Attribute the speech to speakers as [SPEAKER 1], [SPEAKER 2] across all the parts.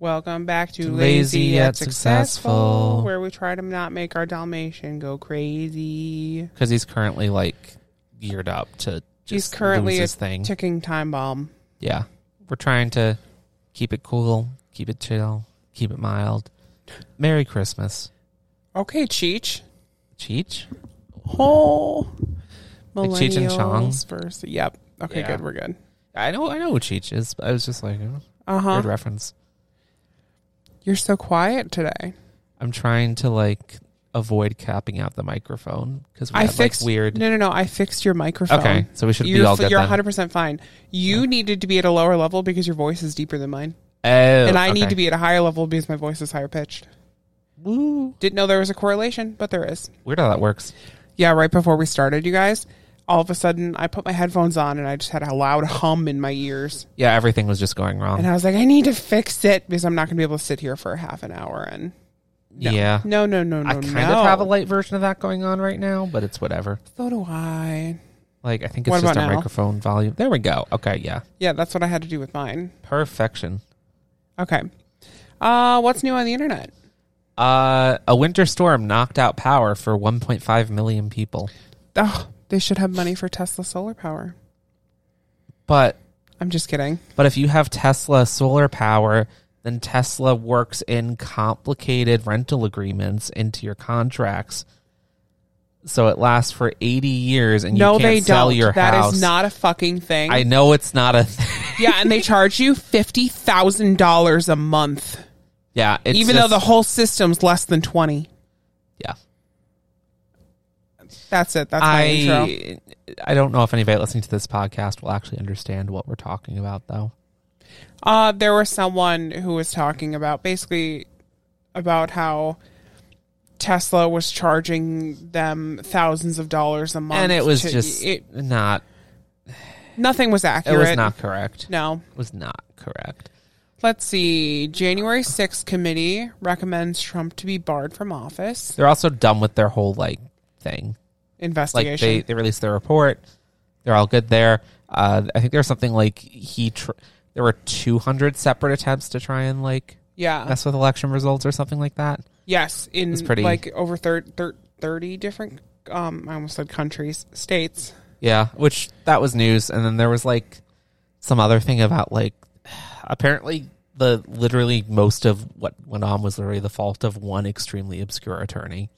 [SPEAKER 1] Welcome back to
[SPEAKER 2] To
[SPEAKER 1] Lazy,
[SPEAKER 2] Lazy
[SPEAKER 1] Yet
[SPEAKER 2] Yet
[SPEAKER 1] successful,
[SPEAKER 2] Successful.
[SPEAKER 1] where we try to not make our Dalmatian go crazy.
[SPEAKER 2] because he's currently like geared up to.
[SPEAKER 1] He's
[SPEAKER 2] Just
[SPEAKER 1] currently
[SPEAKER 2] lose
[SPEAKER 1] a
[SPEAKER 2] his thing.
[SPEAKER 1] ticking time bomb.
[SPEAKER 2] yeah, we're trying to keep it cool, keep it chill, keep it mild. Merry Christmas,
[SPEAKER 1] Okay, Cheech.
[SPEAKER 2] Cheech.
[SPEAKER 1] Oh,
[SPEAKER 2] Like Cheech and Chong?
[SPEAKER 1] millennials versus- Yep. Okay,
[SPEAKER 2] Yeah.
[SPEAKER 1] good. We're good.
[SPEAKER 2] I know, I know what Cheech is. But I was just like, oh,
[SPEAKER 1] Uh huh.
[SPEAKER 2] weird reference.
[SPEAKER 1] You're so quiet today.
[SPEAKER 2] I'm trying to like avoid capping out the microphone because we
[SPEAKER 1] I
[SPEAKER 2] had
[SPEAKER 1] fixed
[SPEAKER 2] like weird.
[SPEAKER 1] No, no, no. I fixed your microphone.
[SPEAKER 2] okay, so we should be
[SPEAKER 1] You're,
[SPEAKER 2] all
[SPEAKER 1] f-
[SPEAKER 2] good.
[SPEAKER 1] you're
[SPEAKER 2] then.
[SPEAKER 1] 100% fine. You needed to be at a lower level because your voice is deeper than mine.
[SPEAKER 2] Oh,
[SPEAKER 1] and I need
[SPEAKER 2] okay.
[SPEAKER 1] to be at a higher level because my voice is higher pitched.
[SPEAKER 2] Woo.
[SPEAKER 1] Didn't know there was a correlation, but there is.
[SPEAKER 2] Weird how that works.
[SPEAKER 1] Yeah, right before we started, you guys, all of a sudden I put my headphones on and I just had a loud hum in my ears.
[SPEAKER 2] Yeah, everything was just going wrong.
[SPEAKER 1] And I was like, I need to fix it because I'm not going to be able to sit here for half an hour. And no.
[SPEAKER 2] Yeah.
[SPEAKER 1] no, no, no, no.
[SPEAKER 2] I kind
[SPEAKER 1] no.
[SPEAKER 2] of have a light version of that going on right now, but it's whatever.
[SPEAKER 1] So do I.
[SPEAKER 2] Like I think it's
[SPEAKER 1] What
[SPEAKER 2] just
[SPEAKER 1] about
[SPEAKER 2] our
[SPEAKER 1] now?
[SPEAKER 2] microphone volume. There we go. Okay, yeah.
[SPEAKER 1] Yeah, that's what I had to do with mine.
[SPEAKER 2] Perfection.
[SPEAKER 1] Okay. Uh, what's new on the internet?
[SPEAKER 2] Uh a winter storm knocked out power for 1.5 million people.
[SPEAKER 1] Oh, they should have money for Tesla solar power.
[SPEAKER 2] But
[SPEAKER 1] I'm just kidding.
[SPEAKER 2] but if you have Tesla solar power, then Tesla works in complicated rental agreements into your contracts. So it lasts for 80 years and you
[SPEAKER 1] no,
[SPEAKER 2] can't
[SPEAKER 1] they
[SPEAKER 2] sell
[SPEAKER 1] don't.
[SPEAKER 2] your
[SPEAKER 1] That is
[SPEAKER 2] house.
[SPEAKER 1] not a fucking thing.
[SPEAKER 2] I know it's not a thing.
[SPEAKER 1] yeah, and they charge you fifty thousand dollars a month,
[SPEAKER 2] Yeah, it's
[SPEAKER 1] even though
[SPEAKER 2] just-
[SPEAKER 1] the whole system's less than twenty.
[SPEAKER 2] yeah.
[SPEAKER 1] That's it. That's my intro.
[SPEAKER 2] I I don't know if anybody listening to this podcast will actually understand what we're talking about though.
[SPEAKER 1] Uh, there was someone who was talking about basically about how Tesla was charging them thousands of dollars a month,
[SPEAKER 2] and it was
[SPEAKER 1] to-
[SPEAKER 2] just
[SPEAKER 1] it,
[SPEAKER 2] not
[SPEAKER 1] nothing was
[SPEAKER 2] it
[SPEAKER 1] accurate.
[SPEAKER 2] was not correct.
[SPEAKER 1] No.
[SPEAKER 2] It was not correct.
[SPEAKER 1] Let's see. January 6th committee recommends Trump to be barred from office.
[SPEAKER 2] They're also done with their whole like thing. Like
[SPEAKER 1] Investigation.
[SPEAKER 2] they they released their report. They're all good there. Uh, I think there's something like he tr- there were 200 separate attempts to try and like
[SPEAKER 1] yeah.
[SPEAKER 2] mess with election results or something like that.
[SPEAKER 1] yes. In
[SPEAKER 2] It's pretty-
[SPEAKER 1] like over thir- thir- 30 different, um, I almost said countries, states.
[SPEAKER 2] Yeah, which that was news, and then there was like some other thing about like apparently the literally most of what went on was literally the fault of one extremely obscure attorney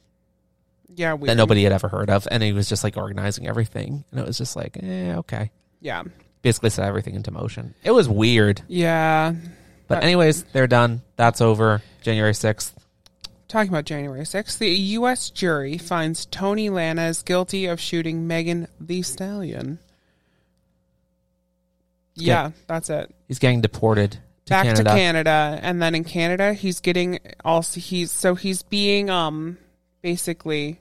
[SPEAKER 1] Yeah. We,
[SPEAKER 2] that nobody had ever heard of, and he was just like organizing everything, and it was just like, eh, okay,
[SPEAKER 1] Yeah.
[SPEAKER 2] basically set everything into motion. It was weird,
[SPEAKER 1] Yeah.
[SPEAKER 2] but anyways, they're done. That's over. January sixth.
[SPEAKER 1] Talking about January 6th, the U.S. jury finds Tony Lanez guilty of shooting Megan the Stallion. Yeah, that's it.
[SPEAKER 2] He's getting deported to
[SPEAKER 1] back
[SPEAKER 2] Canada.
[SPEAKER 1] to Canada, and then in Canada he's getting also he's so he's being um basically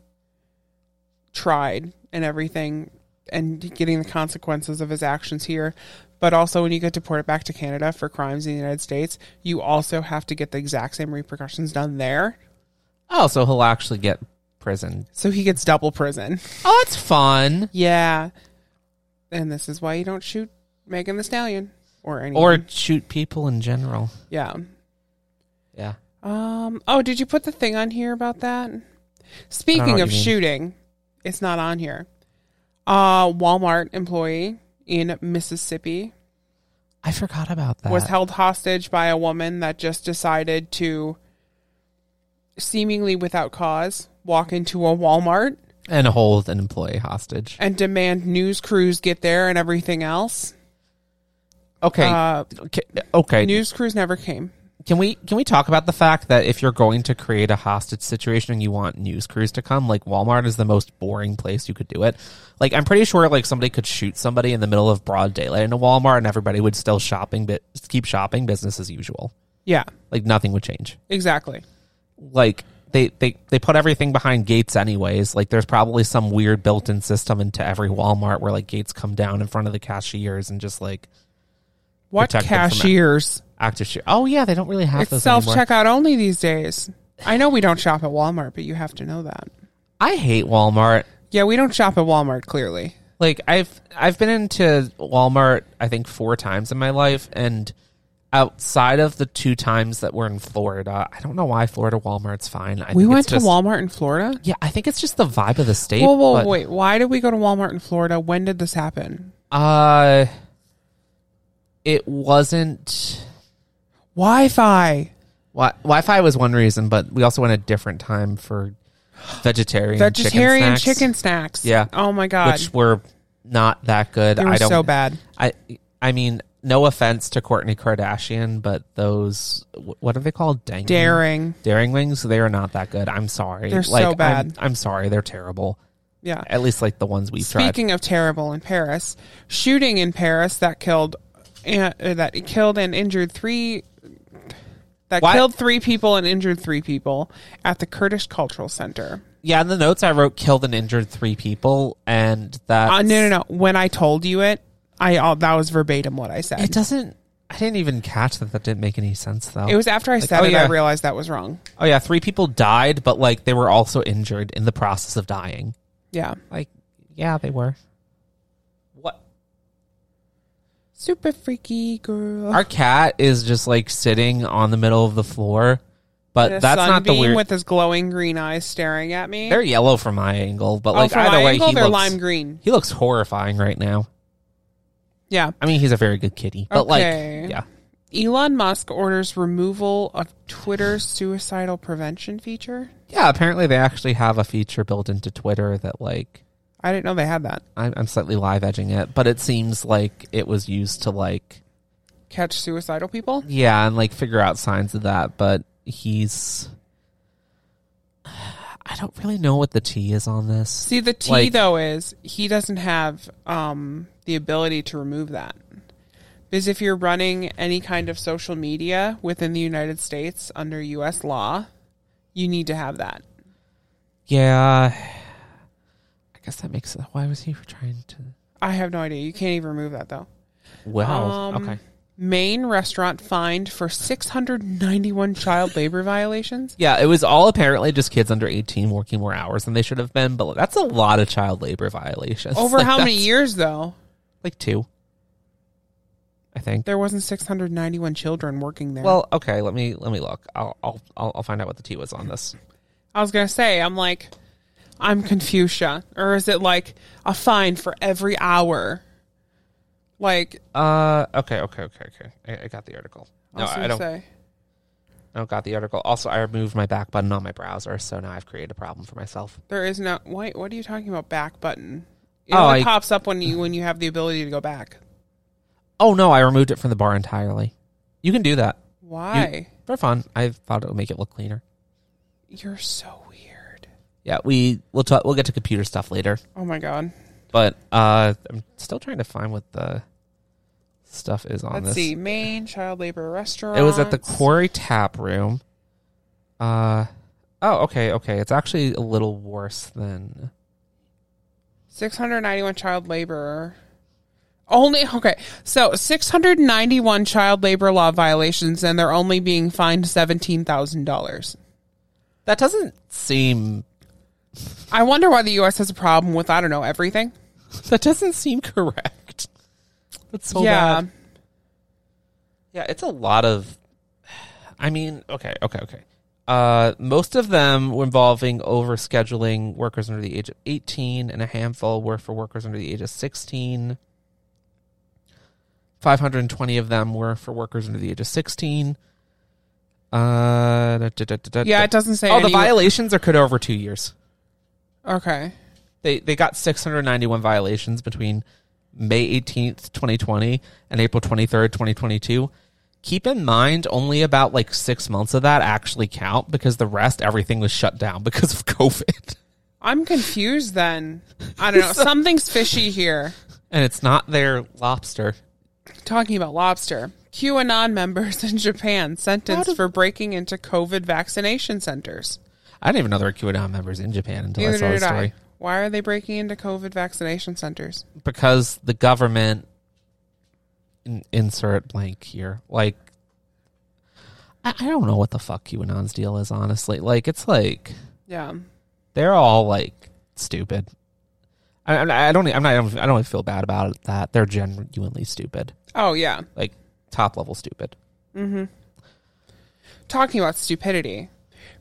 [SPEAKER 1] tried and everything and getting the consequences of his actions here. But also when you get deported back to Canada for crimes in the United States, you also have to get the exact same repercussions done there.
[SPEAKER 2] oh, so he'll actually get prison.
[SPEAKER 1] So he gets double prison.
[SPEAKER 2] Oh, that's fun.
[SPEAKER 1] Yeah. And this is why you don't shoot Megan the Stallion or anyone.
[SPEAKER 2] Or shoot people in general.
[SPEAKER 1] yeah.
[SPEAKER 2] Yeah.
[SPEAKER 1] Um. Oh, did you put the thing on here about that? Speaking
[SPEAKER 2] what
[SPEAKER 1] of
[SPEAKER 2] you mean.
[SPEAKER 1] shooting, it's not on here. Uh, Walmart employee in Mississippi
[SPEAKER 2] I forgot about that.
[SPEAKER 1] was held hostage by a woman that just decided to, seemingly without cause, walk into a Walmart
[SPEAKER 2] and hold an employee hostage.
[SPEAKER 1] and demand news crews get there and everything else.
[SPEAKER 2] Okay.
[SPEAKER 1] Uh,
[SPEAKER 2] okay. Okay.
[SPEAKER 1] news crews never came.
[SPEAKER 2] Can we can we talk about the fact that if you're going to create a hostage situation and you want news crews to come, like Walmart is the most boring place you could do it. Like I'm pretty sure like somebody could shoot somebody in the middle of broad daylight in a Walmart and everybody would still shopping but keep shopping business as usual.
[SPEAKER 1] Yeah,
[SPEAKER 2] Like nothing would change.
[SPEAKER 1] exactly.
[SPEAKER 2] Like they, they, they put everything behind gates anyways. Like there's probably some weird built in system into every Walmart where like gates come down in front of the cashiers and just like
[SPEAKER 1] What
[SPEAKER 2] Protect them from-
[SPEAKER 1] cashiers?
[SPEAKER 2] active shooter. Oh yeah, they don't really have
[SPEAKER 1] It's
[SPEAKER 2] those
[SPEAKER 1] self
[SPEAKER 2] anymore.
[SPEAKER 1] checkout only these days. I know we don't shop at Walmart, but you have to know that.
[SPEAKER 2] I hate Walmart.
[SPEAKER 1] Yeah, we don't shop at Walmart, clearly.
[SPEAKER 2] Like I've I've been into Walmart I think four times in my life, and outside of the two times that we're in Florida, I don't know why Florida Walmart's fine. I
[SPEAKER 1] we
[SPEAKER 2] think
[SPEAKER 1] went
[SPEAKER 2] it's
[SPEAKER 1] to
[SPEAKER 2] just-
[SPEAKER 1] Walmart in Florida.
[SPEAKER 2] Yeah, I think it's just the vibe of the state.
[SPEAKER 1] Whoa, whoa,
[SPEAKER 2] but,
[SPEAKER 1] wait! Why did we go to Walmart in Florida? When did this happen?
[SPEAKER 2] Uh, it wasn't.
[SPEAKER 1] Wi-Fi.
[SPEAKER 2] Wi- Wi-Fi was one reason, but we also went a different time for vegetarian
[SPEAKER 1] Vegetarian
[SPEAKER 2] chicken, snacks,
[SPEAKER 1] chicken snacks.
[SPEAKER 2] Yeah.
[SPEAKER 1] Oh my god.
[SPEAKER 2] which were not that good.
[SPEAKER 1] they were
[SPEAKER 2] I don't Mm-hmm.
[SPEAKER 1] so bad.
[SPEAKER 2] I I mean, no offense to Courtney Kardashian, but those wh- what are they called? Dang
[SPEAKER 1] Daring.
[SPEAKER 2] Daring wings, they are not that good. I'm sorry.
[SPEAKER 1] They're so
[SPEAKER 2] like, I'm-
[SPEAKER 1] bad.
[SPEAKER 2] I'm, sorry, they're terrible.
[SPEAKER 1] Yeah.
[SPEAKER 2] At least like the ones we've tried.
[SPEAKER 1] Speaking of terrible in Paris, shooting in Paris that killed uh, that killed and injured three that
[SPEAKER 2] Why-
[SPEAKER 1] killed three people and injured three people at the Kurdish Cultural Center.
[SPEAKER 2] Yeah, in the notes I wrote killed and injured three people, and that
[SPEAKER 1] Uh, no, no, no. When I told you it, I uh, that was verbatim what I said.
[SPEAKER 2] it
[SPEAKER 1] It,
[SPEAKER 2] doesn't. I didn't even catch that. That didn't make any sense though.
[SPEAKER 1] was after I said
[SPEAKER 2] oh,
[SPEAKER 1] it,
[SPEAKER 2] yeah.
[SPEAKER 1] I realized that was wrong.
[SPEAKER 2] oh yeah, three people died, but like they were also injured in the process of dying.
[SPEAKER 1] Yeah,
[SPEAKER 2] Like, yeah, they were. What?
[SPEAKER 1] super freaky girl.
[SPEAKER 2] Our cat is just like sitting on the middle of the floor, but
[SPEAKER 1] The
[SPEAKER 2] that's not the
[SPEAKER 1] sunbeam
[SPEAKER 2] weird.
[SPEAKER 1] with his glowing green eyes staring at me.
[SPEAKER 2] they're yellow from my angle, but
[SPEAKER 1] oh,
[SPEAKER 2] like
[SPEAKER 1] from
[SPEAKER 2] either
[SPEAKER 1] my
[SPEAKER 2] way,
[SPEAKER 1] angle,
[SPEAKER 2] he
[SPEAKER 1] they're
[SPEAKER 2] looks
[SPEAKER 1] lime green.
[SPEAKER 2] he looks horrifying right now.
[SPEAKER 1] Yeah.
[SPEAKER 2] I mean, he's a very good kitty, but
[SPEAKER 1] Okay.
[SPEAKER 2] like, yeah,
[SPEAKER 1] Elon Musk orders removal of Twitter's suicidal prevention feature.
[SPEAKER 2] yeah. Apparently, they actually have a feature built into Twitter that like
[SPEAKER 1] I didn't know they had that.
[SPEAKER 2] I'm, I'm slightly live edging it, but it seems like it was used to like
[SPEAKER 1] Catch suicidal people.
[SPEAKER 2] yeah and like figure out signs of that. But he's I don't really know what the T is on this.
[SPEAKER 1] See, the T
[SPEAKER 2] Like-
[SPEAKER 1] though is he doesn't have um, the ability to remove that. Because if you're running any kind of social media within the United States under U.S. law, you need to have that.
[SPEAKER 2] Yeah. uh, I guess that makes Why was he trying to?
[SPEAKER 1] I have no idea. You can't even remove that though.
[SPEAKER 2] Wow.
[SPEAKER 1] Um,
[SPEAKER 2] okay.
[SPEAKER 1] Maine restaurant fined for 691 child labor violations.
[SPEAKER 2] Yeah, it was all apparently just kids under 18 working more hours than they should have been, but that's a lot of child labor violations.
[SPEAKER 1] Over
[SPEAKER 2] Like,
[SPEAKER 1] how many
[SPEAKER 2] that's
[SPEAKER 1] years though?
[SPEAKER 2] Like two. I think.
[SPEAKER 1] There wasn't 691 children working there.
[SPEAKER 2] Well, okay, let me let me look. I'll I'll I'll I'll find out what the T was on this.
[SPEAKER 1] I was gonna say, I'm like, I'm Confucia, or is it like a fine for every hour? Like,
[SPEAKER 2] Uh okay, okay, okay, okay. I, I got the article.
[SPEAKER 1] I
[SPEAKER 2] No,
[SPEAKER 1] was
[SPEAKER 2] I
[SPEAKER 1] gonna
[SPEAKER 2] don't
[SPEAKER 1] say,
[SPEAKER 2] I don't got the article. Also, I removed my back button on my browser, so now I've created a problem for myself.
[SPEAKER 1] there is no. Wait, what are you talking about? Back button. It
[SPEAKER 2] Oh,
[SPEAKER 1] only
[SPEAKER 2] I-
[SPEAKER 1] pops up when you when you have the ability to go back.
[SPEAKER 2] Oh no, I removed it from the bar entirely. You can do that.
[SPEAKER 1] Why?
[SPEAKER 2] for fun. I thought it would make it look cleaner.
[SPEAKER 1] You, are so weird.
[SPEAKER 2] Yeah, we we'll talk, we'll get to computer stuff later,
[SPEAKER 1] Oh my god.
[SPEAKER 2] but uh, I'm still trying to find what the stuff is on
[SPEAKER 1] Let's
[SPEAKER 2] this.
[SPEAKER 1] see. Maine child labor restaurant.
[SPEAKER 2] It was at the Quarry Tap Room. Uh oh, okay, okay. It's actually a little worse than
[SPEAKER 1] 691 child labor. Only okay. So 691 child labor law violations and they're only being fined $17,000.
[SPEAKER 2] that. Doesn't seem
[SPEAKER 1] I wonder why the US has a problem with I don't know, everything.
[SPEAKER 2] that doesn't seem correct. That's so
[SPEAKER 1] yeah.
[SPEAKER 2] bad. Yeah, it's a lot of. I mean, okay, okay, okay. Uh, most of them were involving overscheduling workers under the age of 18, and a handful were for workers under the age of 16. 520 of them were for workers under the age of 16. Uh, da, da, da, da, da,
[SPEAKER 1] Yeah, it doesn't say
[SPEAKER 2] Oh, the
[SPEAKER 1] any-
[SPEAKER 2] violations occurred over two years.
[SPEAKER 1] Okay.
[SPEAKER 2] They they got 691 violations between May 18th, 2020 and April 23rd, 2022. Keep in mind only about like 6 months of that actually count because the rest everything was shut down because of COVID.
[SPEAKER 1] I'm confused then. I don't know. Something's fishy here.
[SPEAKER 2] And it's not their lobster.
[SPEAKER 1] Talking about lobster. QAnon members in Japan sentenced for breaking into COVID vaccination centers.
[SPEAKER 2] I didn't even know there were QAnon members in Japan until I saw
[SPEAKER 1] Neither
[SPEAKER 2] the
[SPEAKER 1] did
[SPEAKER 2] story.
[SPEAKER 1] I. Why are they breaking into COVID vaccination centers?
[SPEAKER 2] Because the government in, insert blank here. Like I, I don't know what the fuck QAnon's deal is honestly. Like it's like
[SPEAKER 1] Yeah.
[SPEAKER 2] they're all like stupid. I, I'm not- I don't. e, I'm not. I don't really feel bad about that. They're genuinely stupid,
[SPEAKER 1] Oh yeah.
[SPEAKER 2] like top level stupid.
[SPEAKER 1] Talking about stupidity.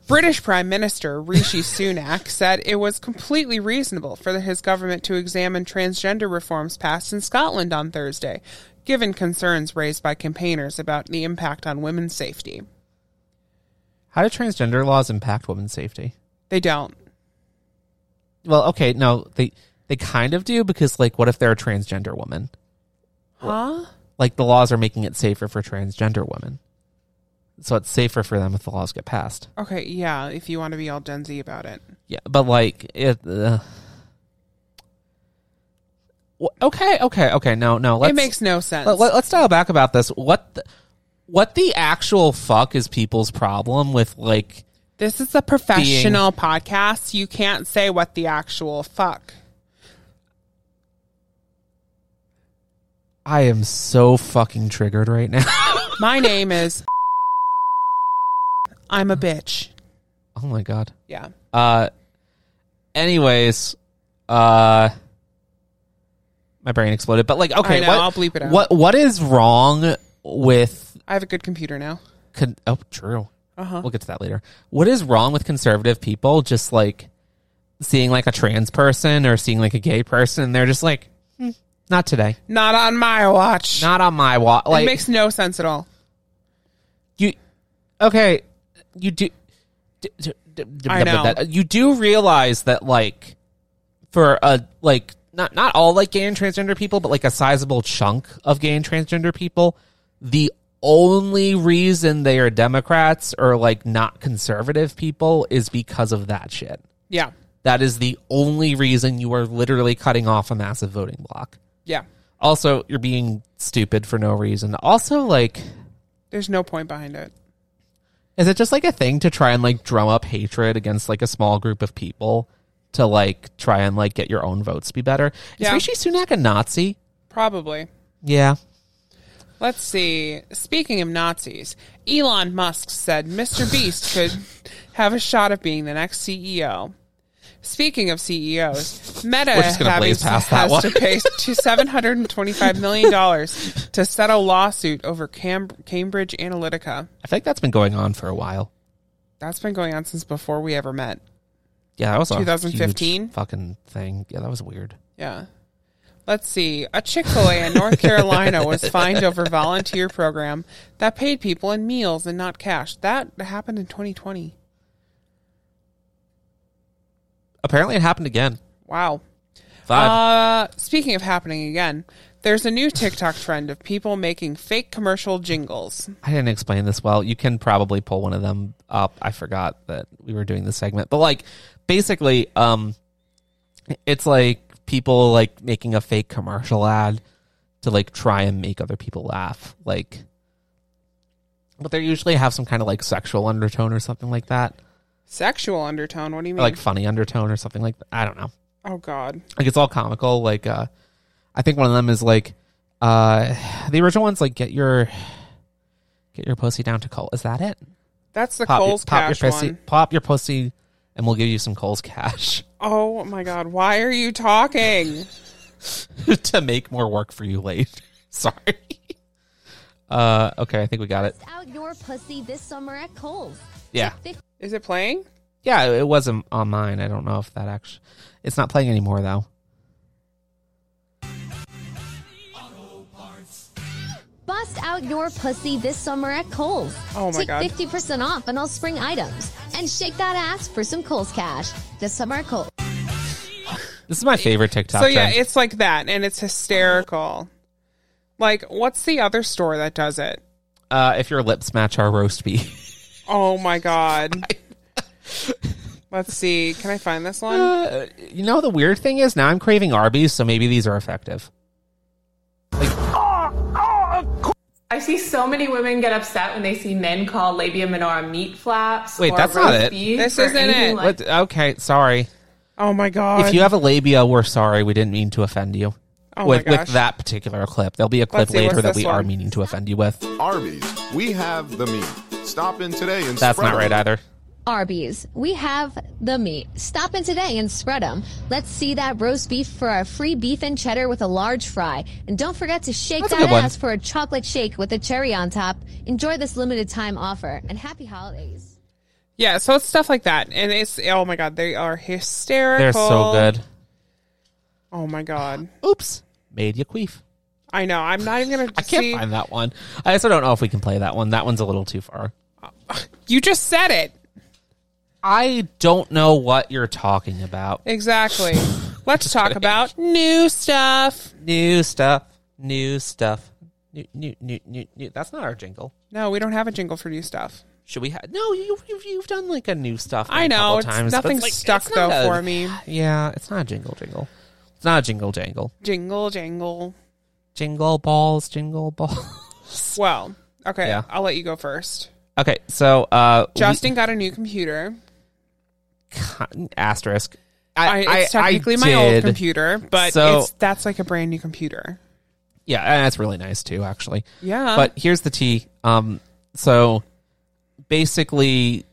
[SPEAKER 1] British Prime Minister Rishi Sunak said it was completely reasonable for the- his government to examine transgender reforms passed in Scotland on Thursday, given concerns raised by campaigners about the impact on women's safety.
[SPEAKER 2] How do transgender laws impact women's safety?
[SPEAKER 1] They don't.
[SPEAKER 2] Well, okay, no, they they kind of do because like what if they're a transgender woman?
[SPEAKER 1] Huh?
[SPEAKER 2] Like the laws are making it safer for transgender women. So it's safer for them if the laws get passed.
[SPEAKER 1] Okay, yeah, if you want to be all Gen Z about it.
[SPEAKER 2] Yeah, but like it uh, Wh- Okay, okay, okay. No, no. Let's,
[SPEAKER 1] it makes no sense.
[SPEAKER 2] Let, let, us dial back about this. What the, what the actual fuck is people's problem with like
[SPEAKER 1] This is a professional podcast. You can't say what the actual fuck.
[SPEAKER 2] I am so fucking triggered right now.
[SPEAKER 1] My name is. I'm a bitch.
[SPEAKER 2] oh my god.
[SPEAKER 1] Yeah.
[SPEAKER 2] Uh anyways, uh my brain exploded. But like okay,
[SPEAKER 1] I know,
[SPEAKER 2] what,
[SPEAKER 1] I'll bleep it out.
[SPEAKER 2] What what is wrong with
[SPEAKER 1] I have a good computer now.
[SPEAKER 2] con- oh true we'll get to that later what is wrong with conservative people just like seeing like a trans person or seeing like a gay person and they're just like "Hmm, not today
[SPEAKER 1] Not on my watch.
[SPEAKER 2] not on my watch
[SPEAKER 1] it
[SPEAKER 2] like
[SPEAKER 1] makes no sense at all.
[SPEAKER 2] you okay you do d- d- d- d-
[SPEAKER 1] I know.
[SPEAKER 2] that- you do realize that like for a like not not all like gay and transgender people but like a sizable chunk of gay and transgender people the only reason they are democrats or like not conservative people is because of that shit
[SPEAKER 1] Yeah.
[SPEAKER 2] that is the only reason you are literally cutting off a massive voting block
[SPEAKER 1] Yeah.
[SPEAKER 2] also you're being stupid for no reason also like
[SPEAKER 1] There's no point behind it.
[SPEAKER 2] Is it just like a thing to try and like drum up hatred against like a small group of people to like try and like get your own votes be better? Is
[SPEAKER 1] Yeah.
[SPEAKER 2] Rishi Sunak a Nazi?
[SPEAKER 1] Probably.
[SPEAKER 2] Yeah.
[SPEAKER 1] Let's see. Speaking of Nazis, Elon Musk said Mr. Beast could have a shot at being the next CEO. Speaking of CEOs, Meta
[SPEAKER 2] We're just gonna
[SPEAKER 1] having-
[SPEAKER 2] blaze past
[SPEAKER 1] has
[SPEAKER 2] that one.
[SPEAKER 1] to pay to seven hundred and twenty-five million dollars to settle lawsuit over Cam- Cambridge Analytica.
[SPEAKER 2] I think that's been going on for a while.
[SPEAKER 1] That's been going on since before we ever met.
[SPEAKER 2] Yeah, that was a
[SPEAKER 1] 2015?
[SPEAKER 2] huge fucking thing. Yeah, that was weird.
[SPEAKER 1] Yeah. Let's see. A Chick fil A in North Carolina was fined over volunteer program that paid people in meals and not cash. That happened in 2020.
[SPEAKER 2] Apparently it happened again.
[SPEAKER 1] Wow.
[SPEAKER 2] Five.
[SPEAKER 1] Uh, speaking of happening again, there's a new TikTok trend of people making fake commercial jingles.
[SPEAKER 2] I didn't explain this well. You can probably pull one of them up. I forgot that we were doing this segment. But like basically, um it's like people like making a fake commercial ad to like try and make other people laugh. Like but they usually have some kind of like sexual undertone or something like that.
[SPEAKER 1] Sexual undertone. What do you
[SPEAKER 2] Or,
[SPEAKER 1] mean?
[SPEAKER 2] like funny undertone or something like that. I don't know
[SPEAKER 1] oh, God.
[SPEAKER 2] like it's all comical like uh i think one of them is like uh the original one's like get your get your pussy down to coal is that it
[SPEAKER 1] That's the
[SPEAKER 2] pop, your-
[SPEAKER 1] Coles
[SPEAKER 2] pop
[SPEAKER 1] Cash
[SPEAKER 2] your pussy
[SPEAKER 1] one.
[SPEAKER 2] pop your pussy and we'll give you some cole's cash
[SPEAKER 1] Oh, my God. Why are you talking?
[SPEAKER 2] to make more work for you later sorry uh okay i think we got it
[SPEAKER 3] out your pussy this summer at Kohl's.
[SPEAKER 2] yeah
[SPEAKER 1] Is it playing?
[SPEAKER 2] yeah it wasn't on mine i don't know if that actually it's not playing anymore though
[SPEAKER 3] Bust out your pussy this summer at Kohl's.
[SPEAKER 1] Oh my
[SPEAKER 3] Take
[SPEAKER 1] God.
[SPEAKER 3] 50% off on all spring items and shake that ass for some Kohl's cash this summer at Kohl's.
[SPEAKER 2] this is my favorite tiktok
[SPEAKER 1] so yeah,
[SPEAKER 2] trend.
[SPEAKER 1] it's like that, and it's hysterical. Like, what's the other store that does it?
[SPEAKER 2] uh if your lips match our roast beef
[SPEAKER 1] Oh my god. Let's see. Can I find this one?
[SPEAKER 2] Uh, you know the weird thing is now I'm craving Arby's, so maybe these are effective.
[SPEAKER 4] I see so many women get upset when they see men call labia minora meat flaps.
[SPEAKER 2] Wait,
[SPEAKER 4] or
[SPEAKER 2] that's not
[SPEAKER 4] roast
[SPEAKER 2] it.
[SPEAKER 4] beef
[SPEAKER 1] This
[SPEAKER 4] or
[SPEAKER 1] isn't
[SPEAKER 4] anything
[SPEAKER 1] it.
[SPEAKER 4] like-
[SPEAKER 2] What? Okay, sorry.
[SPEAKER 1] Oh my god.
[SPEAKER 2] If you have a labia, we're sorry. We didn't mean to offend you.
[SPEAKER 1] Oh my
[SPEAKER 2] with
[SPEAKER 1] gosh.
[SPEAKER 2] with that particular clip, there'll be a clip
[SPEAKER 1] Let's see,
[SPEAKER 2] later
[SPEAKER 1] what's
[SPEAKER 2] that
[SPEAKER 1] this
[SPEAKER 2] we are
[SPEAKER 1] one?
[SPEAKER 2] meaning to offend you with.
[SPEAKER 5] Arby's, we have the meat. Stop in today and
[SPEAKER 2] That's
[SPEAKER 5] spread
[SPEAKER 2] not right
[SPEAKER 5] the-
[SPEAKER 2] either.
[SPEAKER 3] Arby's, we have the meat. Stop in today and spread 'em. Let's see that roast beef for our free beef and cheddar with a large fry. And don't forget to shake
[SPEAKER 2] That's a
[SPEAKER 3] that
[SPEAKER 2] good one.
[SPEAKER 3] ass for a chocolate shake with a cherry on top. Enjoy this limited time offer and happy holidays.
[SPEAKER 1] Yeah, so it's stuff like that, and it's oh my god, they are hysterical.
[SPEAKER 2] They're so good.
[SPEAKER 1] Oh my god,
[SPEAKER 2] Oops, made you queef.
[SPEAKER 1] I know. I'm not even gonna.
[SPEAKER 2] I can't
[SPEAKER 1] see,
[SPEAKER 2] find that one. I also don't know if we can play that one. That one's a little too far.
[SPEAKER 1] You just said it
[SPEAKER 2] I don't know what you're talking about.
[SPEAKER 1] exactly. Let's talk about new stuff.
[SPEAKER 2] New stuff. New stuff. New, new, new, new, new. That's not our jingle.
[SPEAKER 1] No, we don't have a jingle for new stuff.
[SPEAKER 2] Should we have? No, you, you've you've done like a new stuff.
[SPEAKER 1] I
[SPEAKER 2] like, a
[SPEAKER 1] know,
[SPEAKER 2] couple
[SPEAKER 1] it's-
[SPEAKER 2] times, but
[SPEAKER 1] nothing
[SPEAKER 2] like,
[SPEAKER 1] stuck,
[SPEAKER 2] it's not
[SPEAKER 1] though,
[SPEAKER 2] a-
[SPEAKER 1] for me.
[SPEAKER 2] Yeah, it's not a jingle jingle. It's not a jingle jangle.
[SPEAKER 1] Jingle, jingle.
[SPEAKER 2] Jingle balls, jingle balls.
[SPEAKER 1] Well, okay,
[SPEAKER 2] Yeah.
[SPEAKER 1] I'll let you go first.
[SPEAKER 2] okay, so uh, we-
[SPEAKER 1] Justin got a new computer.
[SPEAKER 2] con- asterisk.
[SPEAKER 1] I, it's technically my
[SPEAKER 2] did-
[SPEAKER 1] old computer, but
[SPEAKER 2] So-
[SPEAKER 1] it's, that's like a brand new computer.
[SPEAKER 2] Yeah, and that's really nice too, actually.
[SPEAKER 1] Yeah.
[SPEAKER 2] But here's the tea. Um, so basically,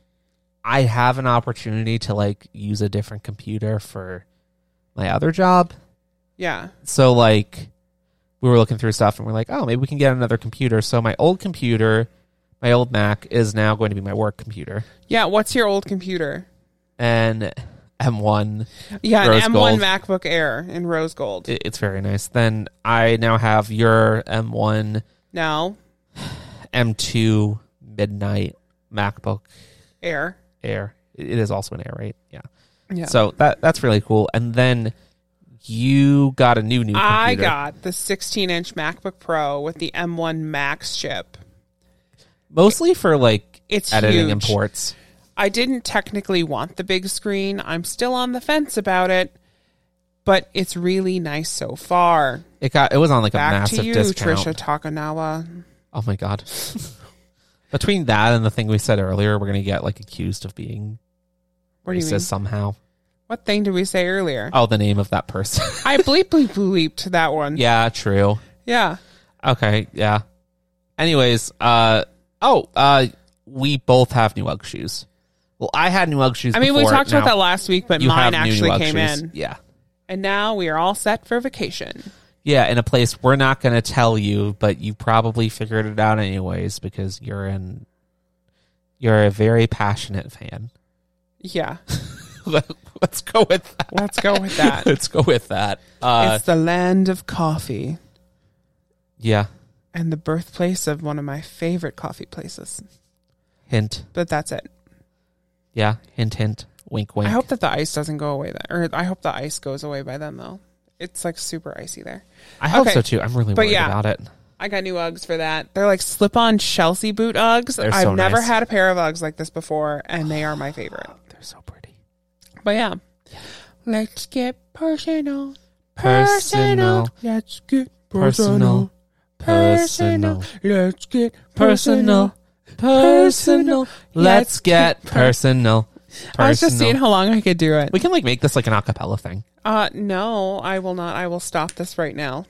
[SPEAKER 2] I have an opportunity to like use a different computer for my other job.
[SPEAKER 1] Yeah.
[SPEAKER 2] So like, we were looking through stuff and we're like, oh, maybe we can get another computer. So my old computer, my old Mac, is now going to be my work computer,
[SPEAKER 1] Yeah. What's your old computer?
[SPEAKER 2] and M1.
[SPEAKER 1] Yeah,
[SPEAKER 2] Rose
[SPEAKER 1] an M1
[SPEAKER 2] gold.
[SPEAKER 1] MacBook Air in rose gold.
[SPEAKER 2] i- It's very nice. Then I now have your M1,
[SPEAKER 1] now,
[SPEAKER 2] M2 Midnight MacBook
[SPEAKER 1] Air.
[SPEAKER 2] Air. It it is also an Air, right? Yeah.
[SPEAKER 1] Yeah.
[SPEAKER 2] So that that's really cool. And then you got a new new. Computer.
[SPEAKER 1] I got the 16 inch MacBook Pro with the M1 Max chip.
[SPEAKER 2] mostly for like
[SPEAKER 1] It's
[SPEAKER 2] editing
[SPEAKER 1] huge.
[SPEAKER 2] and ports.
[SPEAKER 1] I didn't technically want the big screen. I'm still on the fence about it, but it's really nice so far.
[SPEAKER 2] It got it was on like a
[SPEAKER 1] Back
[SPEAKER 2] massive
[SPEAKER 1] to you,
[SPEAKER 2] discount.
[SPEAKER 1] Trisha Takanawa.
[SPEAKER 2] Oh my god! Between that and the thing we said earlier, we're gonna get like accused of being
[SPEAKER 1] What do you
[SPEAKER 2] racist
[SPEAKER 1] mean?
[SPEAKER 2] somehow.
[SPEAKER 1] What thing did we say earlier?
[SPEAKER 2] Oh, the name of that person.
[SPEAKER 1] I bleep bleep bleeped that one.
[SPEAKER 2] yeah, true.
[SPEAKER 1] Yeah.
[SPEAKER 2] Okay, yeah. Anyways, uh oh, uh we both have new UGG shoes. Well, I had new UGG shoes.
[SPEAKER 1] I mean, we
[SPEAKER 2] before,
[SPEAKER 1] talked about
[SPEAKER 2] now
[SPEAKER 1] that last week, but
[SPEAKER 2] you have
[SPEAKER 1] mine
[SPEAKER 2] new
[SPEAKER 1] actually
[SPEAKER 2] UGG
[SPEAKER 1] came
[SPEAKER 2] shoes.
[SPEAKER 1] in.
[SPEAKER 2] Yeah.
[SPEAKER 1] And now we are all set for vacation.
[SPEAKER 2] Yeah, in a place we're not going to tell you, but you probably figured it out anyways because you're in you're a very passionate fan.
[SPEAKER 1] Yeah.
[SPEAKER 2] Let's go with that.
[SPEAKER 1] Let's go with that.
[SPEAKER 2] Let's go with that. Uh,
[SPEAKER 1] it's the land of coffee
[SPEAKER 2] yeah,
[SPEAKER 1] and the birthplace of one of my favorite coffee places.
[SPEAKER 2] hint.
[SPEAKER 1] But that's it.
[SPEAKER 2] Yeah, hint, hint. Wink, wink.
[SPEAKER 1] I hope that the ice doesn't go away. That, or I hope the ice goes away by then, though. It's like super icy there.
[SPEAKER 2] I hope
[SPEAKER 1] okay.
[SPEAKER 2] so too. I'm really
[SPEAKER 1] But
[SPEAKER 2] worried
[SPEAKER 1] yeah.
[SPEAKER 2] about it.
[SPEAKER 1] I got new Uggs for that. They're like slip-on Chelsea boot Uggs.
[SPEAKER 2] They're
[SPEAKER 1] I've
[SPEAKER 2] so
[SPEAKER 1] never
[SPEAKER 2] nice.
[SPEAKER 1] had a pair of Uggs like this before, and they are my favorite.
[SPEAKER 2] They're so pretty.
[SPEAKER 1] But yeah, let's get personal.
[SPEAKER 2] Personal.
[SPEAKER 1] Let's get
[SPEAKER 2] Personal.
[SPEAKER 1] personal. Personal.
[SPEAKER 2] Personal.
[SPEAKER 1] Let's get
[SPEAKER 2] Personal.
[SPEAKER 1] personal.
[SPEAKER 2] Personal. Let's get personal. Personal.
[SPEAKER 1] I was just seeing how long I could do it.
[SPEAKER 2] we can like make this like an acapella thing.
[SPEAKER 1] Uh, no, I will not. I will stop this right now.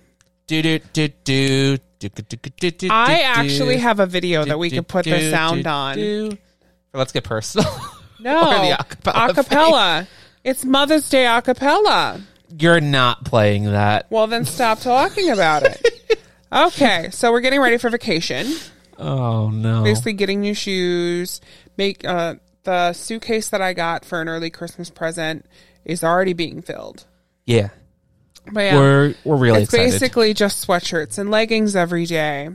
[SPEAKER 2] Do do do do do do do do.
[SPEAKER 1] I actually have a video that we could put the sound on.
[SPEAKER 2] Let's get personal.
[SPEAKER 1] No,
[SPEAKER 2] Or the acapella thing.
[SPEAKER 1] acapella. It's Mother's Day acapella.
[SPEAKER 2] You're not playing that.
[SPEAKER 1] Well, then stop talking about it. Okay, so we're getting ready for vacation.
[SPEAKER 2] Oh no.
[SPEAKER 1] Basically, getting new shoes. Make uh, the suitcase that I got for an early Christmas present is already being filled.
[SPEAKER 2] yeah.
[SPEAKER 1] But yeah,
[SPEAKER 2] We're we're really
[SPEAKER 1] it's
[SPEAKER 2] excited,
[SPEAKER 1] basically just sweatshirts and leggings every day.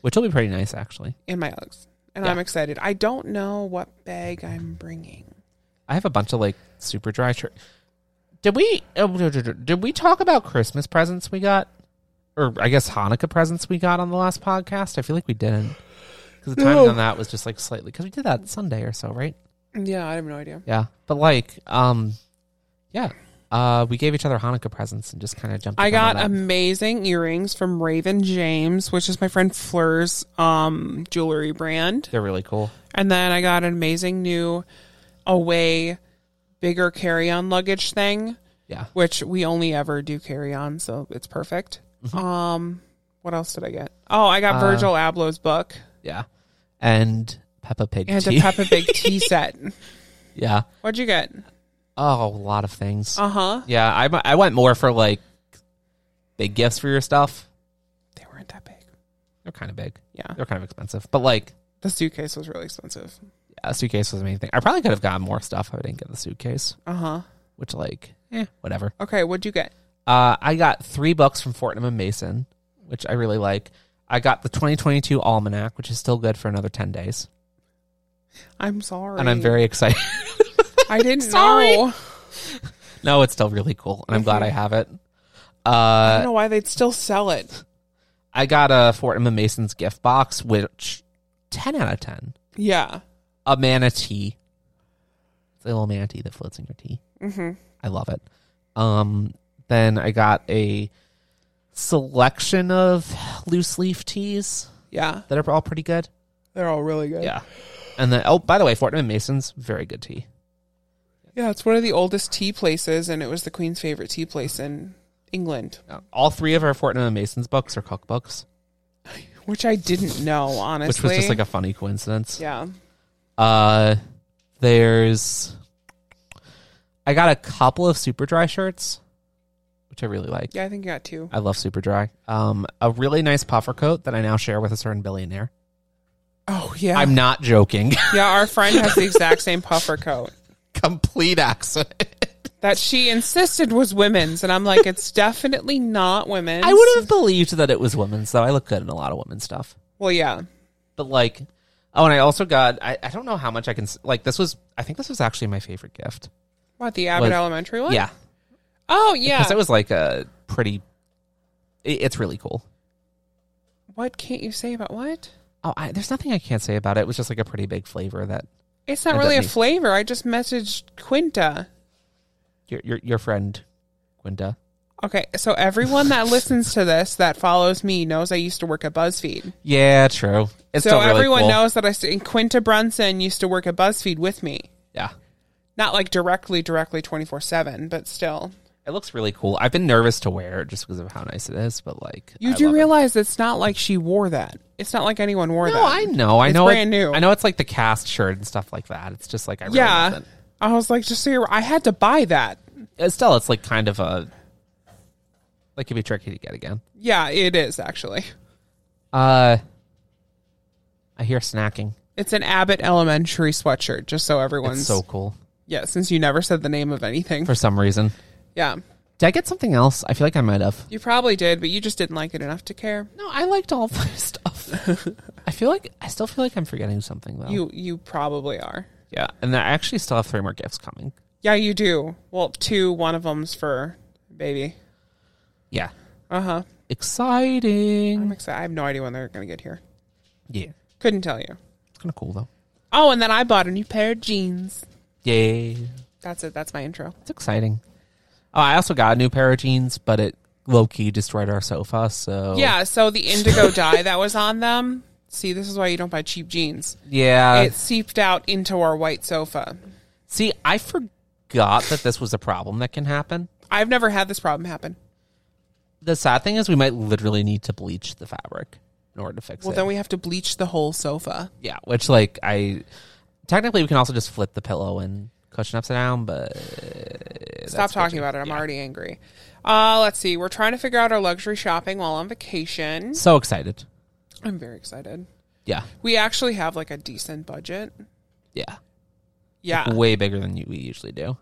[SPEAKER 2] which will be pretty nice actually.
[SPEAKER 1] in my Uggs. And
[SPEAKER 2] Yeah.
[SPEAKER 1] I'm excited. I don't know what bag I'm bringing.
[SPEAKER 2] I have a bunch of like super dry shirts. Did we oh, no, no, no. did we talk about Christmas presents we got, or I guess Hanukkah presents we got on the last podcast? I feel like we didn't because the timing on that was just like slightly because we did that Sunday or so, right?
[SPEAKER 1] Yeah, I have no idea.
[SPEAKER 2] Yeah, but like, um, yeah, uh, we gave each other Hanukkah presents and just kind of jumped.
[SPEAKER 1] I
[SPEAKER 2] the gun
[SPEAKER 1] got
[SPEAKER 2] on that.
[SPEAKER 1] amazing earrings from Raven James, which is my friend Fleur's um, jewelry brand.
[SPEAKER 2] They're really cool.
[SPEAKER 1] And then I got an amazing new away bigger carry on luggage thing,
[SPEAKER 2] Yeah,
[SPEAKER 1] which we only ever do carry on, so it's perfect.
[SPEAKER 2] Mm-hmm. Uh,
[SPEAKER 1] Um, what else did I get? Oh, I got Virgil Abloh's book.
[SPEAKER 2] yeah, and Peppa Pig
[SPEAKER 1] And
[SPEAKER 2] tea.
[SPEAKER 1] a Peppa Pig tea set.
[SPEAKER 2] yeah.
[SPEAKER 1] What'd you get?
[SPEAKER 2] Oh, a lot of things.
[SPEAKER 1] Uh huh.
[SPEAKER 2] yeah, I I went more for like big gifts for your stuff.
[SPEAKER 1] They weren't that big.
[SPEAKER 2] They're kind of big.
[SPEAKER 1] Yeah.
[SPEAKER 2] They're kind of expensive, but like
[SPEAKER 1] The suitcase was really expensive.
[SPEAKER 2] a suitcase was the main thing. I probably could have gotten more stuff. if I didn't get the suitcase,
[SPEAKER 1] Uh huh.
[SPEAKER 2] which like eh, whatever.
[SPEAKER 1] Okay, what'd you get?
[SPEAKER 2] Uh, I got three books from Fortnum and Mason, which I really like. I got the 2022 almanac, which is still good for another 10 days,
[SPEAKER 1] I'm sorry.
[SPEAKER 2] and I'm very excited.
[SPEAKER 1] I didn't
[SPEAKER 2] Sorry.
[SPEAKER 1] know.
[SPEAKER 2] no, it's still really cool, and I'm glad I have it.
[SPEAKER 1] Mm-hmm. I don't
[SPEAKER 2] Uh,
[SPEAKER 1] know why they'd still sell it.
[SPEAKER 2] I got a Fortnum and Mason's gift box, which 10 out of 10.
[SPEAKER 1] Yeah.
[SPEAKER 2] a manatee. It's a little manatee that floats in your tea. I love it. Um, then I got a selection of loose leaf teas
[SPEAKER 1] Yeah.
[SPEAKER 2] that are all pretty good.
[SPEAKER 1] They're all really good.
[SPEAKER 2] Yeah. And then, oh, by the way, Fortnum and Mason's very good tea.
[SPEAKER 1] Yeah, it's one of the oldest tea places, and it was the Queen's favorite tea place in England,
[SPEAKER 2] Uh, All three of our Fortnum and Mason's books are cookbooks,
[SPEAKER 1] which I didn't know, honestly.
[SPEAKER 2] which was just like a funny coincidence.
[SPEAKER 1] Yeah.
[SPEAKER 2] Uh, there's, I got a couple of super dry shirts, which I really like.
[SPEAKER 1] Yeah, I think you got two.
[SPEAKER 2] I love super dry. Um, a really nice puffer coat that I now share with a certain billionaire.
[SPEAKER 1] Oh, yeah.
[SPEAKER 2] I'm not joking.
[SPEAKER 1] yeah, our friend has the exact same puffer coat
[SPEAKER 2] Complete accident.
[SPEAKER 1] that she insisted was women's, and I'm like, it's definitely not women's.
[SPEAKER 2] I would have believed that it was women's though. I look good in a lot of women's stuff.
[SPEAKER 1] Well, yeah.
[SPEAKER 2] But like, oh, and I also got. I, I don't know how much I can. s- Like this was. I think this was actually my favorite gift.
[SPEAKER 1] What, the Abbott
[SPEAKER 2] Was-
[SPEAKER 1] Elementary one?
[SPEAKER 2] Yeah,
[SPEAKER 1] Oh, yeah.
[SPEAKER 2] because it was like a pretty. It, it's really cool.
[SPEAKER 1] what can't you say about what?
[SPEAKER 2] Oh, I, there's nothing I can't say about it. It was just like a pretty big flavor that
[SPEAKER 1] It's not
[SPEAKER 2] What that
[SPEAKER 1] really a
[SPEAKER 2] mean?
[SPEAKER 1] flavor. I just messaged Quinta.
[SPEAKER 2] your your, your friend, Gwenda.
[SPEAKER 1] Okay, so everyone that listens to this that follows me knows I used to work at BuzzFeed.
[SPEAKER 2] Yeah, true. It's
[SPEAKER 1] so
[SPEAKER 2] still really
[SPEAKER 1] everyone
[SPEAKER 2] cool.
[SPEAKER 1] knows that I st- and Quinta Brunson used to work at BuzzFeed with me.
[SPEAKER 2] Yeah.
[SPEAKER 1] Not like directly, directly 24 7, but still.
[SPEAKER 2] It looks really cool. I've been nervous to wear it just because of how nice it is, but like
[SPEAKER 1] You
[SPEAKER 2] I
[SPEAKER 1] do
[SPEAKER 2] love it.
[SPEAKER 1] realize it's not like she wore that. It's not like anyone wore
[SPEAKER 2] No,
[SPEAKER 1] that.
[SPEAKER 2] I know, I
[SPEAKER 1] It's
[SPEAKER 2] know, it-
[SPEAKER 1] brand new.
[SPEAKER 2] I know it's like the cast shirt and stuff like that. It's just like I really yeah.
[SPEAKER 1] yeah. I was like, just so you're, I had to buy that.
[SPEAKER 2] Still, it's like kind of a like it'd be tricky to get again.
[SPEAKER 1] Yeah, it is actually.
[SPEAKER 2] Uh, I hear snacking.
[SPEAKER 1] It's an Abbott Elementary sweatshirt, just so everyone's.
[SPEAKER 2] It's so cool
[SPEAKER 1] yeah, since you never said the name of anything.
[SPEAKER 2] for some reason.
[SPEAKER 1] yeah.
[SPEAKER 2] Did I get something else? I feel like I might have.
[SPEAKER 1] You probably did, but you just didn't like it enough to care.
[SPEAKER 2] No, I liked all my stuff. I feel like I still feel like I'm forgetting something though.
[SPEAKER 1] You you probably are.
[SPEAKER 2] yeah, and I actually still have three more gifts coming.
[SPEAKER 1] Yeah, you do. Well, two. One of them's for baby.
[SPEAKER 2] Yeah,
[SPEAKER 1] Uh huh.
[SPEAKER 2] exciting.
[SPEAKER 1] I'm excited. I have no idea when they're gonna get here.
[SPEAKER 2] yeah, it's
[SPEAKER 1] Couldn't tell you.
[SPEAKER 2] kind of cool though.
[SPEAKER 1] Oh, and then I bought a new pair of jeans.
[SPEAKER 2] Yay.
[SPEAKER 1] That's it. That's my intro.
[SPEAKER 2] It's exciting. Oh, I also got a new pair of jeans, but it low key destroyed our sofa. So
[SPEAKER 1] Yeah. So the indigo dye that was on them. See, this is why you don't buy cheap jeans.
[SPEAKER 2] yeah.
[SPEAKER 1] it seeped out into our white sofa.
[SPEAKER 2] See, I forgot that this was a problem that can happen.
[SPEAKER 1] I've never had this problem happen.
[SPEAKER 2] The sad thing is, we might literally need to bleach the fabric in order to fix
[SPEAKER 1] Well,
[SPEAKER 2] it.
[SPEAKER 1] then we have to bleach the whole sofa.
[SPEAKER 2] yeah, which like I technically we can also just flip the pillow and cushion upside down, but
[SPEAKER 1] Stop talking about it. I'm already angry. Uh, let's see. We're trying to figure out our luxury shopping while on vacation.
[SPEAKER 2] so excited.
[SPEAKER 1] I'm very excited.
[SPEAKER 2] Yeah,
[SPEAKER 1] We actually have like a decent budget.
[SPEAKER 2] yeah,
[SPEAKER 1] Yeah. Uh,
[SPEAKER 2] way bigger than you- we usually do.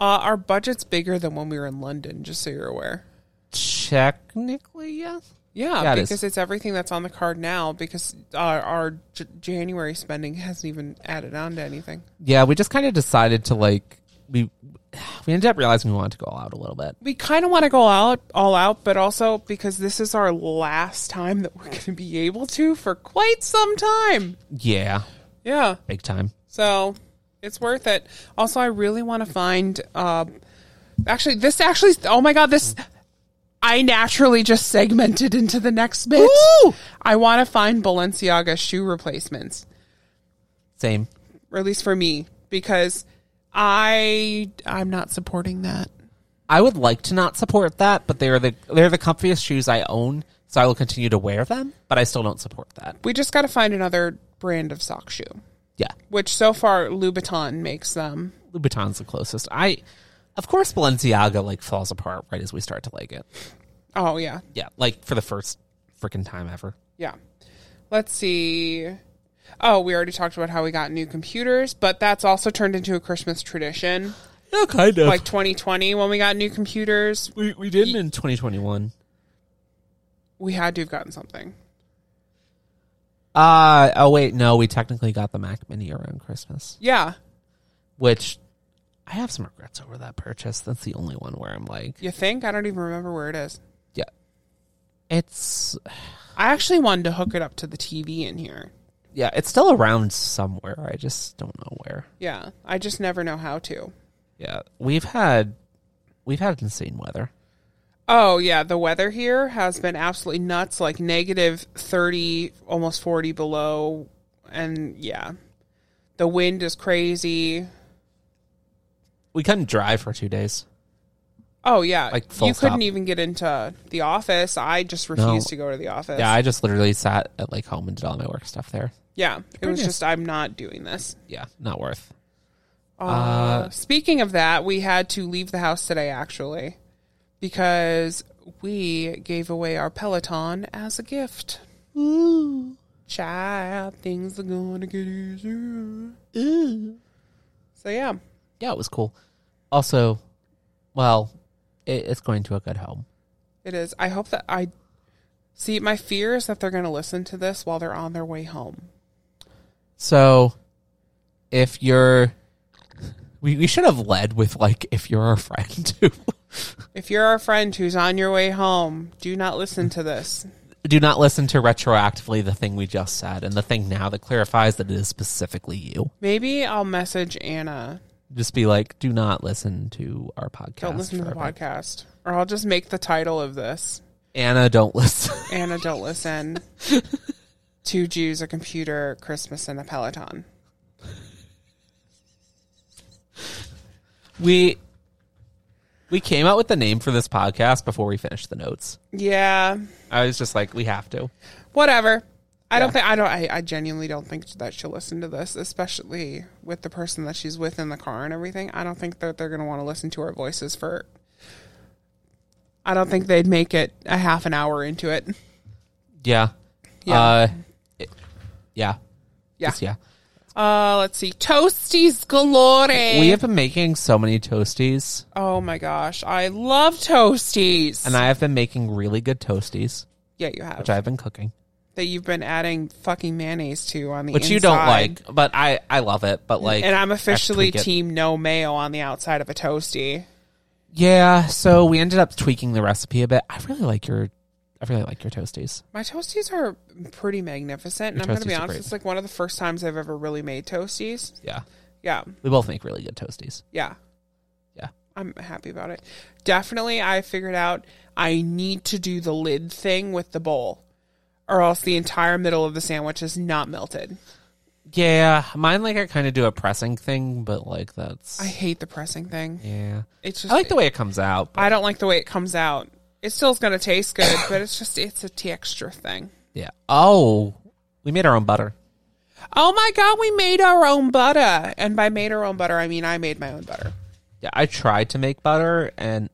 [SPEAKER 1] our budget's bigger than when we were in London, just so you're aware.
[SPEAKER 2] Technically, yeah.
[SPEAKER 1] Yeah,
[SPEAKER 2] Yeah, it
[SPEAKER 1] because
[SPEAKER 2] is.
[SPEAKER 1] it's everything that's on the card now because uh, our J- January spending hasn't even added on to anything.
[SPEAKER 2] Yeah, we just kind of decided to like we we ended up realizing we wanted to go all out a little bit.
[SPEAKER 1] We kind of want to go out all out, but also because this is our last time that we're going to be able to for quite some time.
[SPEAKER 2] Yeah,
[SPEAKER 1] Yeah.
[SPEAKER 2] big time.
[SPEAKER 1] So it's worth it. Also, I really want to find. Uh, actually, this actually. Oh my god, this. I naturally just segmented into the next bit.
[SPEAKER 2] Woo!
[SPEAKER 1] I want to find Balenciaga shoe replacements,
[SPEAKER 2] Same.
[SPEAKER 1] or at least for me, because I I'm not supporting that.
[SPEAKER 2] I would like to not support that, but they are the they're the comfiest shoes I own, so I will continue to wear them. But I still don't support that.
[SPEAKER 1] We just got to find another brand of sock shoe,
[SPEAKER 2] Yeah.
[SPEAKER 1] which so far Louboutin makes them.
[SPEAKER 2] Louboutin's the closest. I, of course, Balenciaga like falls apart right as we start to like it.
[SPEAKER 1] Oh yeah,
[SPEAKER 2] Yeah, like for the first freaking time ever.
[SPEAKER 1] yeah. Let's see. Oh, we already talked about how we got new computers, but that's also turned into a Christmas tradition.
[SPEAKER 2] Yeah, kind of.
[SPEAKER 1] Like 2020, when we got new computers,
[SPEAKER 2] we we didn't in 2021.
[SPEAKER 1] we had to have gotten something.
[SPEAKER 2] Uh oh wait, no, we technically got the Mac Mini around Christmas,
[SPEAKER 1] Yeah,
[SPEAKER 2] which I have some regrets over that purchase. That's the only one where I'm like,
[SPEAKER 1] you think? I don't even remember where it is.
[SPEAKER 2] yeah. It's
[SPEAKER 1] I actually wanted to hook it up to the TV in here.
[SPEAKER 2] yeah, it's still around somewhere. I just don't know where.
[SPEAKER 1] Yeah, I just never know how to.
[SPEAKER 2] Yeah, we've had we've had insane weather.
[SPEAKER 1] Oh yeah, the weather here has been absolutely nuts, like negative 30, almost 40 below and yeah. The wind is crazy.
[SPEAKER 2] We couldn't drive for two days.
[SPEAKER 1] Oh yeah.
[SPEAKER 2] Like, full
[SPEAKER 1] you couldn't
[SPEAKER 2] stop.
[SPEAKER 1] even get into the office. I just refused
[SPEAKER 2] No.
[SPEAKER 1] to go to the office.
[SPEAKER 2] Yeah, I just literally sat at like home and did all my work stuff there.
[SPEAKER 1] Yeah, It was
[SPEAKER 2] nice.
[SPEAKER 1] just I'm not doing this.
[SPEAKER 2] Yeah, not worth.
[SPEAKER 1] Uh, speaking of that, we had to leave the house today actually because we gave away our Peloton as a gift. Child, things are gonna get easier. So yeah,
[SPEAKER 2] Yeah, it was cool. Also, well, it, it's going to a good home.
[SPEAKER 1] it is. I hope that I see. My fear is that they're gonna listen to this while they're on their way home.
[SPEAKER 2] So, if you're, we, we should have led with like, if you're our friend too.
[SPEAKER 1] If you're our friend who's on your way home, do not listen to this.
[SPEAKER 2] Do not listen to retroactively the thing we just said and the thing now that clarifies that it is specifically you.
[SPEAKER 1] Maybe I'll message Anna.
[SPEAKER 2] Just be like, do not listen to our podcast.
[SPEAKER 1] Don't listen to
[SPEAKER 2] for
[SPEAKER 1] the
[SPEAKER 2] a bit.
[SPEAKER 1] podcast, or I'll just make the title of this.
[SPEAKER 2] Anna, don't listen.
[SPEAKER 1] Anna, don't listen. Two Jews, a computer, Christmas, and a Peloton.
[SPEAKER 2] we we came out with the name for this podcast before we finished the notes.
[SPEAKER 1] Yeah,
[SPEAKER 2] I was just like, we have to.
[SPEAKER 1] whatever. I don't think I don't. I, I genuinely don't think that she'll listen to this, especially with the person that she's with in the car and everything. I don't think that they're going to want to listen to our voices for. I don't think they'd make it a half an hour into it.
[SPEAKER 2] Yeah.
[SPEAKER 1] Yeah.
[SPEAKER 2] Uh, it- yeah.
[SPEAKER 1] Yeah.
[SPEAKER 2] Just yeah.
[SPEAKER 1] Uh, let's see, toasties galore.
[SPEAKER 2] We have been making so many toasties,
[SPEAKER 1] oh my gosh, I love toasties.
[SPEAKER 2] and I have been making really good toasties,
[SPEAKER 1] yeah, you have
[SPEAKER 2] which I've been cooking,
[SPEAKER 1] that you've been adding fucking mayonnaise to on the
[SPEAKER 2] which you don't
[SPEAKER 1] inside.
[SPEAKER 2] like, but I I love it. But like,
[SPEAKER 1] and
[SPEAKER 2] I have
[SPEAKER 1] I'm
[SPEAKER 2] to
[SPEAKER 1] officially
[SPEAKER 2] tweak it.
[SPEAKER 1] team no mayo on the outside of a toasty.
[SPEAKER 2] Yeah. So we ended up tweaking the recipe a bit. I really like your, I really like your toasties.
[SPEAKER 1] My toasties are pretty magnificent, and I'm going to be
[SPEAKER 2] toasties are
[SPEAKER 1] honest,
[SPEAKER 2] great.
[SPEAKER 1] it's like one of the first times I've ever really made toasties.
[SPEAKER 2] Yeah.
[SPEAKER 1] Yeah,
[SPEAKER 2] We both make really good toasties.
[SPEAKER 1] yeah,
[SPEAKER 2] Yeah.
[SPEAKER 1] I'm happy about it. Definitely, I figured out I need to do the lid thing with the bowl, or else the entire middle of the sandwich is not melted.
[SPEAKER 2] Yeah. Mine like I kind of do a pressing thing, but like that's
[SPEAKER 1] I hate the pressing thing.
[SPEAKER 2] yeah.
[SPEAKER 1] It's just
[SPEAKER 2] I like the way it comes out. But
[SPEAKER 1] I don't like the way it comes out. It still's going to taste good, but it's just it's a texture thing.
[SPEAKER 2] yeah. Oh, we made our own butter.
[SPEAKER 1] Oh my god, we made our own butter. And by made our own butter, I mean I made my own butter.
[SPEAKER 2] Yeah, I tried to make butter and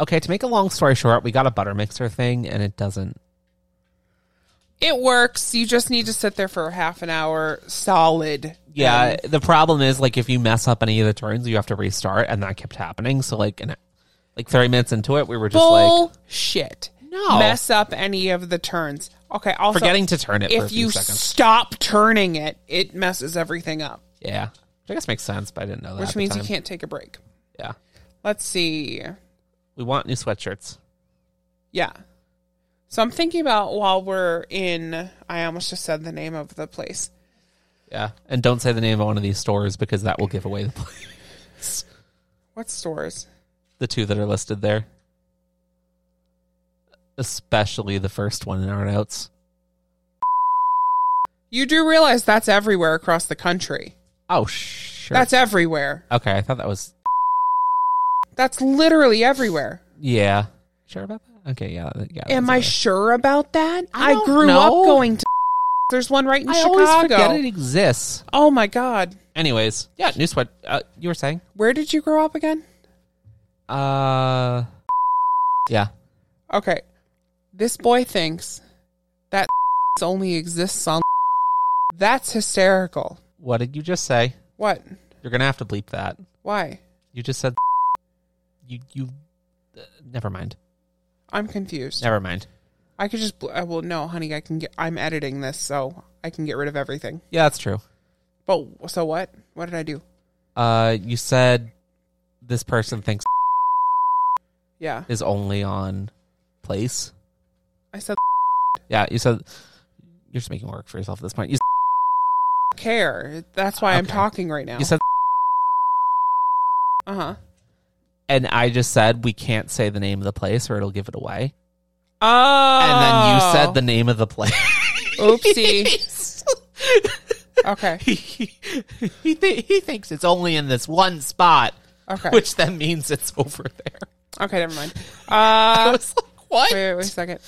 [SPEAKER 2] okay, to make a long story short, we got a butter mixer thing and it doesn't
[SPEAKER 1] It works. You just need to sit there for half an hour solid.
[SPEAKER 2] Yeah,
[SPEAKER 1] And
[SPEAKER 2] the problem is like if you mess up any of the turns, you have to restart and that kept happening. So like in like 30 minutes into it, we were just like
[SPEAKER 1] bullshit.
[SPEAKER 2] No.
[SPEAKER 1] Mess up any of the turns. Okay, also
[SPEAKER 2] forgetting to turn it for a
[SPEAKER 1] if
[SPEAKER 2] few
[SPEAKER 1] you
[SPEAKER 2] seconds.
[SPEAKER 1] stop turning it, it messes everything up,
[SPEAKER 2] Yeah. Which I guess makes sense, but I didn't know that. at
[SPEAKER 1] which
[SPEAKER 2] the
[SPEAKER 1] means you
[SPEAKER 2] time.
[SPEAKER 1] can't take a break.
[SPEAKER 2] Yeah.
[SPEAKER 1] Let's see.
[SPEAKER 2] We want new sweatshirts.
[SPEAKER 1] Yeah. So I'm thinking about while we're in I almost just said the name of the place.
[SPEAKER 2] Yeah. And don't say the name of one of these stores because that will give away the
[SPEAKER 1] What stores?
[SPEAKER 2] the two that are listed there. Especially the first one in our notes.
[SPEAKER 1] You do realize that's everywhere across the country.
[SPEAKER 2] Oh, sure.
[SPEAKER 1] That's everywhere.
[SPEAKER 2] okay. I thought that was
[SPEAKER 1] That's literally everywhere.
[SPEAKER 2] yeah. Sure about that? Okay, yeah, that- yeah.
[SPEAKER 1] Am
[SPEAKER 2] that's
[SPEAKER 1] I
[SPEAKER 2] okay.
[SPEAKER 1] sure about that? I,
[SPEAKER 2] don't
[SPEAKER 1] grew
[SPEAKER 2] know.
[SPEAKER 1] up going to There's one right in
[SPEAKER 2] I
[SPEAKER 1] Chicago.
[SPEAKER 2] always forget it exists.
[SPEAKER 1] Oh my god.
[SPEAKER 2] Anyways, yeah, new sweat. Uh, you were saying?
[SPEAKER 1] Where did you grow up again?
[SPEAKER 2] Uh, yeah.
[SPEAKER 1] Okay. This boy thinks that only exists on That's hysterical.
[SPEAKER 2] What did you just say?
[SPEAKER 1] What?
[SPEAKER 2] You're gonna have to bleep that.
[SPEAKER 1] Why?
[SPEAKER 2] You just said. You you. Uh, never mind.
[SPEAKER 1] I'm confused.
[SPEAKER 2] Never mind.
[SPEAKER 1] I could just bl- uh, well no, honey, I can get I'm editing this so I can get rid of everything.
[SPEAKER 2] Yeah, that's true.
[SPEAKER 1] But so what? What did I do?
[SPEAKER 2] Uh, you said this person thinks
[SPEAKER 1] Yeah.
[SPEAKER 2] is only on place.
[SPEAKER 1] I said
[SPEAKER 2] Yeah, you said you're just making work for yourself at this point. You,
[SPEAKER 1] care. That's why I'm
[SPEAKER 2] Okay.
[SPEAKER 1] talking right now.
[SPEAKER 2] you said,
[SPEAKER 1] uh-huh.
[SPEAKER 2] and I just said we can't say the name of the place or it'll give it away.
[SPEAKER 1] Oh.
[SPEAKER 2] And then you said the name of the place.
[SPEAKER 1] Oopsie. okay.
[SPEAKER 2] he he, th- he thinks it's only in this one spot,
[SPEAKER 1] Okay.
[SPEAKER 2] which then means it's over there.
[SPEAKER 1] Okay, never mind.
[SPEAKER 2] I
[SPEAKER 1] Uh,
[SPEAKER 2] was like, what?
[SPEAKER 1] wait, wait, wait a second.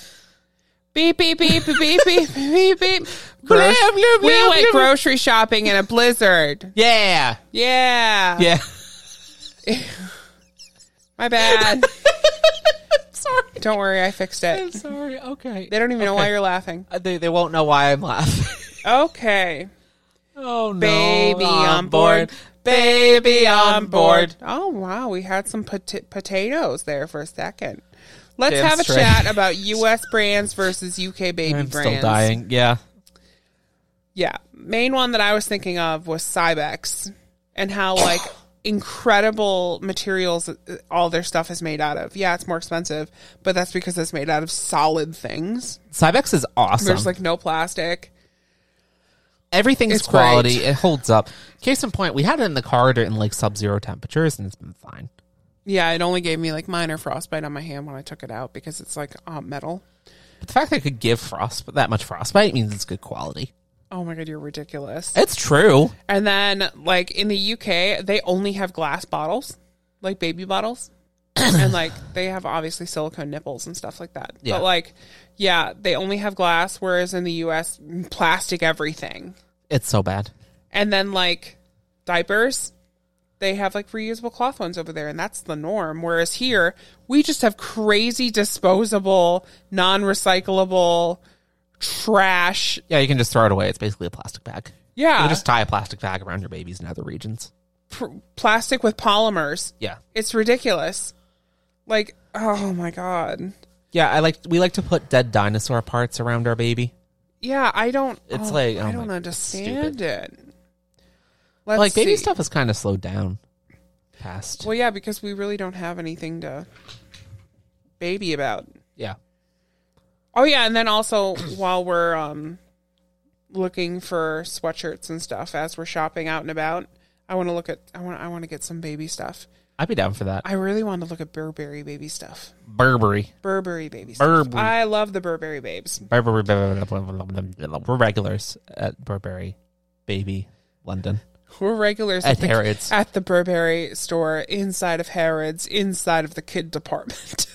[SPEAKER 1] Beep, beep, beep, beep, beep, beep, beep, beep.
[SPEAKER 2] Blah,
[SPEAKER 1] Groc-
[SPEAKER 2] blah, blah,
[SPEAKER 1] we went
[SPEAKER 2] blah.
[SPEAKER 1] grocery shopping in a blizzard.
[SPEAKER 2] Yeah,
[SPEAKER 1] Yeah.
[SPEAKER 2] yeah.
[SPEAKER 1] My bad.
[SPEAKER 2] sorry,
[SPEAKER 1] Don't worry, I fixed
[SPEAKER 2] I'm
[SPEAKER 1] it.
[SPEAKER 2] sorry. Okay,
[SPEAKER 1] They don't even know why
[SPEAKER 2] Okay.
[SPEAKER 1] you're laughing.
[SPEAKER 2] Uh, They they won't know why I'm laughing.
[SPEAKER 1] Okay.
[SPEAKER 2] Oh no, Ah,
[SPEAKER 1] Baby on board.
[SPEAKER 2] Baby on board.
[SPEAKER 1] Oh, wow. We had some pot- potatoes there for a second. Let's
[SPEAKER 2] Damn
[SPEAKER 1] have a
[SPEAKER 2] straight.
[SPEAKER 1] chat about U.S. brands versus U.K. baby
[SPEAKER 2] I'm
[SPEAKER 1] brands.
[SPEAKER 2] still dying. Yeah.
[SPEAKER 1] Yeah. Main one that I was thinking of was Cybex and how like incredible materials uh, all their stuff is made out of. Yeah, it's more expensive, but that's because it's made out of solid things.
[SPEAKER 2] Cybex is awesome.
[SPEAKER 1] There's like no plastic.
[SPEAKER 2] Everything's
[SPEAKER 1] it's
[SPEAKER 2] quality.
[SPEAKER 1] great.
[SPEAKER 2] It holds up. Case in point, we had it in the corridor in like sub-zero temperatures, and it's been fine.
[SPEAKER 1] Yeah, it only gave me like minor frostbite on my hand when I took it out because it's like uh, metal.
[SPEAKER 2] But the fact that it could give frost that much frostbite means it's good quality.
[SPEAKER 1] Oh my god, you're ridiculous.
[SPEAKER 2] It's true.
[SPEAKER 1] And then like in the UK, they only have glass bottles, like baby bottles. and like they have obviously silicone nipples and stuff like that.
[SPEAKER 2] Yeah.
[SPEAKER 1] But like yeah, they only have glass whereas in the US plastic everything.
[SPEAKER 2] It's so bad.
[SPEAKER 1] And then like diapers, they have like reusable cloth ones over there and that's the norm whereas here we just have crazy disposable, non-recyclable trash.
[SPEAKER 2] Yeah, you can just throw it away. It's basically a plastic bag. You
[SPEAKER 1] Yeah.
[SPEAKER 2] can just tie a plastic bag around your babies in other regions.
[SPEAKER 1] pr- plastic with polymers.
[SPEAKER 2] Yeah.
[SPEAKER 1] It's ridiculous. Like, oh my god.
[SPEAKER 2] Yeah, I like we like to put dead dinosaur parts around our baby.
[SPEAKER 1] Yeah, I don't.
[SPEAKER 2] It's
[SPEAKER 1] oh,
[SPEAKER 2] like, oh
[SPEAKER 1] I
[SPEAKER 2] my-
[SPEAKER 1] don't understand it. Let's
[SPEAKER 2] like baby
[SPEAKER 1] see.
[SPEAKER 2] stuff has kind of slowed down past.
[SPEAKER 1] Well, yeah, because we really don't have anything to baby about.
[SPEAKER 2] yeah.
[SPEAKER 1] Oh yeah, and then also while we're um looking for sweatshirts and stuff as we're shopping out and about, I want to look at. I want. I want to get some baby stuff.
[SPEAKER 2] I'd be down for that.
[SPEAKER 1] I really want to look at Burberry baby stuff.
[SPEAKER 2] Burberry.
[SPEAKER 1] Burberry baby stuff.
[SPEAKER 2] Burberry.
[SPEAKER 1] I love the Burberry babes.
[SPEAKER 2] Burberry, we're regulars at Burberry, baby, London.
[SPEAKER 1] We're regulars
[SPEAKER 2] At
[SPEAKER 1] the,
[SPEAKER 2] Harrods.
[SPEAKER 1] at the Burberry store inside of Harrods, inside of the kid department.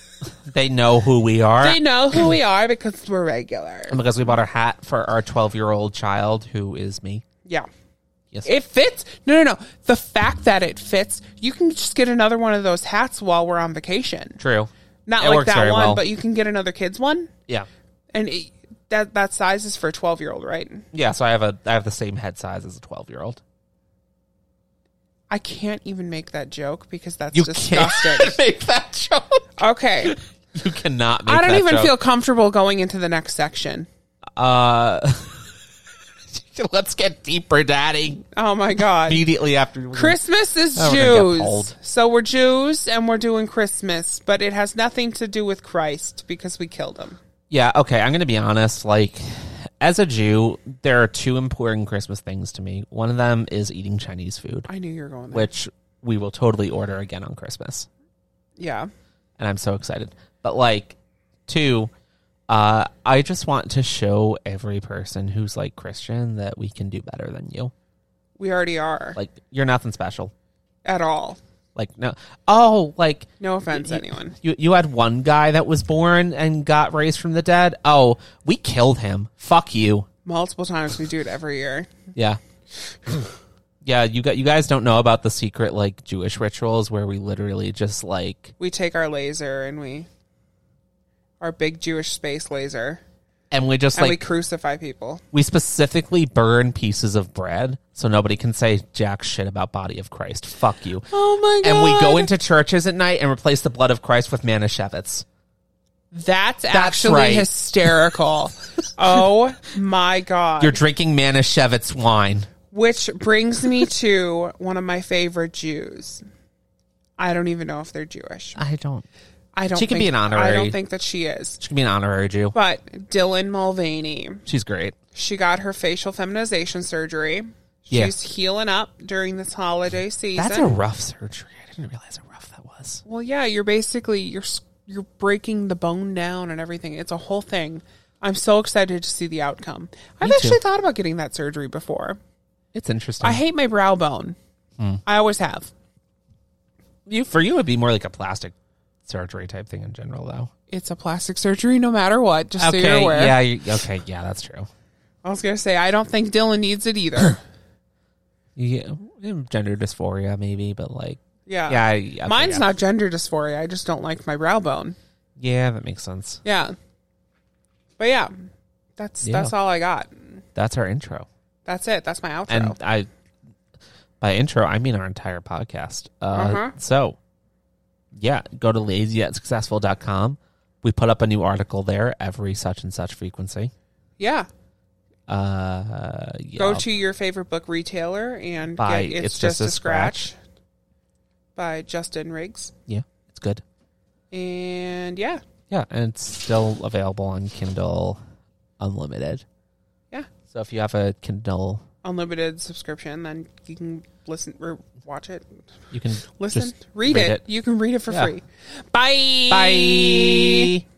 [SPEAKER 2] They know who we are
[SPEAKER 1] they know who we are because we're regular.
[SPEAKER 2] And because we bought a hat for our twelve-year-old child, who is me.
[SPEAKER 1] Yeah.
[SPEAKER 2] Yes.
[SPEAKER 1] It fits. No, no, no. The fact that it fits, you can just get another one of those hats while we're on vacation.
[SPEAKER 2] True.
[SPEAKER 1] Not
[SPEAKER 2] It
[SPEAKER 1] like
[SPEAKER 2] works
[SPEAKER 1] that
[SPEAKER 2] very
[SPEAKER 1] one,
[SPEAKER 2] well.
[SPEAKER 1] but you can get another kid's one.
[SPEAKER 2] Yeah.
[SPEAKER 1] And it, that that size is for a 12 year old, right?
[SPEAKER 2] Yeah. So I have a I have the same head size as a twelve-year-old.
[SPEAKER 1] I can't even make that joke because that's
[SPEAKER 2] You
[SPEAKER 1] disgusting.
[SPEAKER 2] can't make that joke.
[SPEAKER 1] Okay.
[SPEAKER 2] You cannot. make
[SPEAKER 1] I don't
[SPEAKER 2] that
[SPEAKER 1] even
[SPEAKER 2] joke.
[SPEAKER 1] feel comfortable going into the next section.
[SPEAKER 2] Uh, let's get deeper, Daddy.
[SPEAKER 1] Oh my God.
[SPEAKER 2] Immediately after
[SPEAKER 1] Christmas is
[SPEAKER 2] Oh, we're gonna get
[SPEAKER 1] Jews.
[SPEAKER 2] pulled.
[SPEAKER 1] So we're Jews and we're doing Christmas, but it has nothing to do with Christ because we killed him.
[SPEAKER 2] Yeah, okay, I'm going to be honest. Like, as a Jew, there are two important Christmas things to me. One of them is eating Chinese food,
[SPEAKER 1] I knew you were going there.
[SPEAKER 2] which we will totally order again on Christmas.
[SPEAKER 1] yeah.
[SPEAKER 2] And I'm so excited. But, like, two, uh, I just want to show every person who's, like, Christian that we can do better than you.
[SPEAKER 1] We already are.
[SPEAKER 2] Like, you're nothing special.
[SPEAKER 1] at all.
[SPEAKER 2] Like, no. Oh, like,
[SPEAKER 1] No offense,
[SPEAKER 2] you-
[SPEAKER 1] anyone.
[SPEAKER 2] You you had one guy that was born and got raised from the dead. Oh, we killed him. Fuck you.
[SPEAKER 1] multiple times. We do it every year.
[SPEAKER 2] Yeah. yeah, you got you guys don't know about the secret like Jewish rituals where we literally just like
[SPEAKER 1] We take our laser and we, our big Jewish space laser,
[SPEAKER 2] and we just
[SPEAKER 1] and we
[SPEAKER 2] like
[SPEAKER 1] crucify people.
[SPEAKER 2] we specifically burn pieces of bread so nobody can say jack shit about body of Christ. Fuck you.
[SPEAKER 1] Oh my
[SPEAKER 2] and we go into churches at night and replace the blood of Christ with Manischewitz.
[SPEAKER 1] That's, actually
[SPEAKER 2] right.
[SPEAKER 1] hysterical. oh my god.
[SPEAKER 2] You're drinking Manischewitz wine.
[SPEAKER 1] Which brings me to one of my favorite Jews. I don't even know if they're Jewish.
[SPEAKER 2] I don't.
[SPEAKER 1] I don't
[SPEAKER 2] She can
[SPEAKER 1] think-
[SPEAKER 2] be an
[SPEAKER 1] I
[SPEAKER 2] honorary.
[SPEAKER 1] don't think that she is.
[SPEAKER 2] She can be an honorary Jew.
[SPEAKER 1] But Dylan Mulvaney,
[SPEAKER 2] She's great.
[SPEAKER 1] she got her facial feminization surgery.
[SPEAKER 2] Yeah.
[SPEAKER 1] She's healing up during this holiday season.
[SPEAKER 2] That's a rough surgery. I didn't realize how rough that was.
[SPEAKER 1] Well, yeah, you're basically you're s- you're breaking the bone down and everything. It's a whole thing. I'm so excited to see the outcome. I've
[SPEAKER 2] too.
[SPEAKER 1] actually thought about getting that surgery before.
[SPEAKER 2] It's interesting.
[SPEAKER 1] I hate my brow bone.
[SPEAKER 2] Hmm.
[SPEAKER 1] I always have.
[SPEAKER 2] you for you it'd be more like a plastic surgery type thing in general though.
[SPEAKER 1] It's a plastic surgery, no matter what. Just so you're aware.
[SPEAKER 2] yeah, you, okay, yeah, that's true.
[SPEAKER 1] I was gonna say I don't think Dylan needs it either.
[SPEAKER 2] You get gender dysphoria maybe, but like
[SPEAKER 1] yeah,
[SPEAKER 2] yeah, I- okay,
[SPEAKER 1] Mine's
[SPEAKER 2] yeah.
[SPEAKER 1] not gender dysphoria. I just don't like my brow bone.
[SPEAKER 2] Yeah, that makes sense.
[SPEAKER 1] Yeah, but yeah, that's
[SPEAKER 2] Yeah.
[SPEAKER 1] that's all I got.
[SPEAKER 2] That's our intro,
[SPEAKER 1] That's it. That's my outro.
[SPEAKER 2] and I by intro I mean our entire podcast. Uh,
[SPEAKER 1] Uh-huh.
[SPEAKER 2] So yeah, go to lazyatsuccessful.com. We put up a new article there every such and such frequency.
[SPEAKER 1] yeah.
[SPEAKER 2] Uh, yeah,
[SPEAKER 1] go to your favorite book retailer and
[SPEAKER 2] Buy
[SPEAKER 1] get it's, just, a scratch, by justin riggs
[SPEAKER 2] yeah, it's good.
[SPEAKER 1] and yeah
[SPEAKER 2] Yeah, and it's still available on Kindle Unlimited.
[SPEAKER 1] yeah
[SPEAKER 2] So if you have a Kindle,
[SPEAKER 1] unlimited subscription then you can listen or watch it
[SPEAKER 2] you can
[SPEAKER 1] listen
[SPEAKER 2] just
[SPEAKER 1] read, it. you can read it for
[SPEAKER 2] Yeah.
[SPEAKER 1] free bye
[SPEAKER 2] Bye.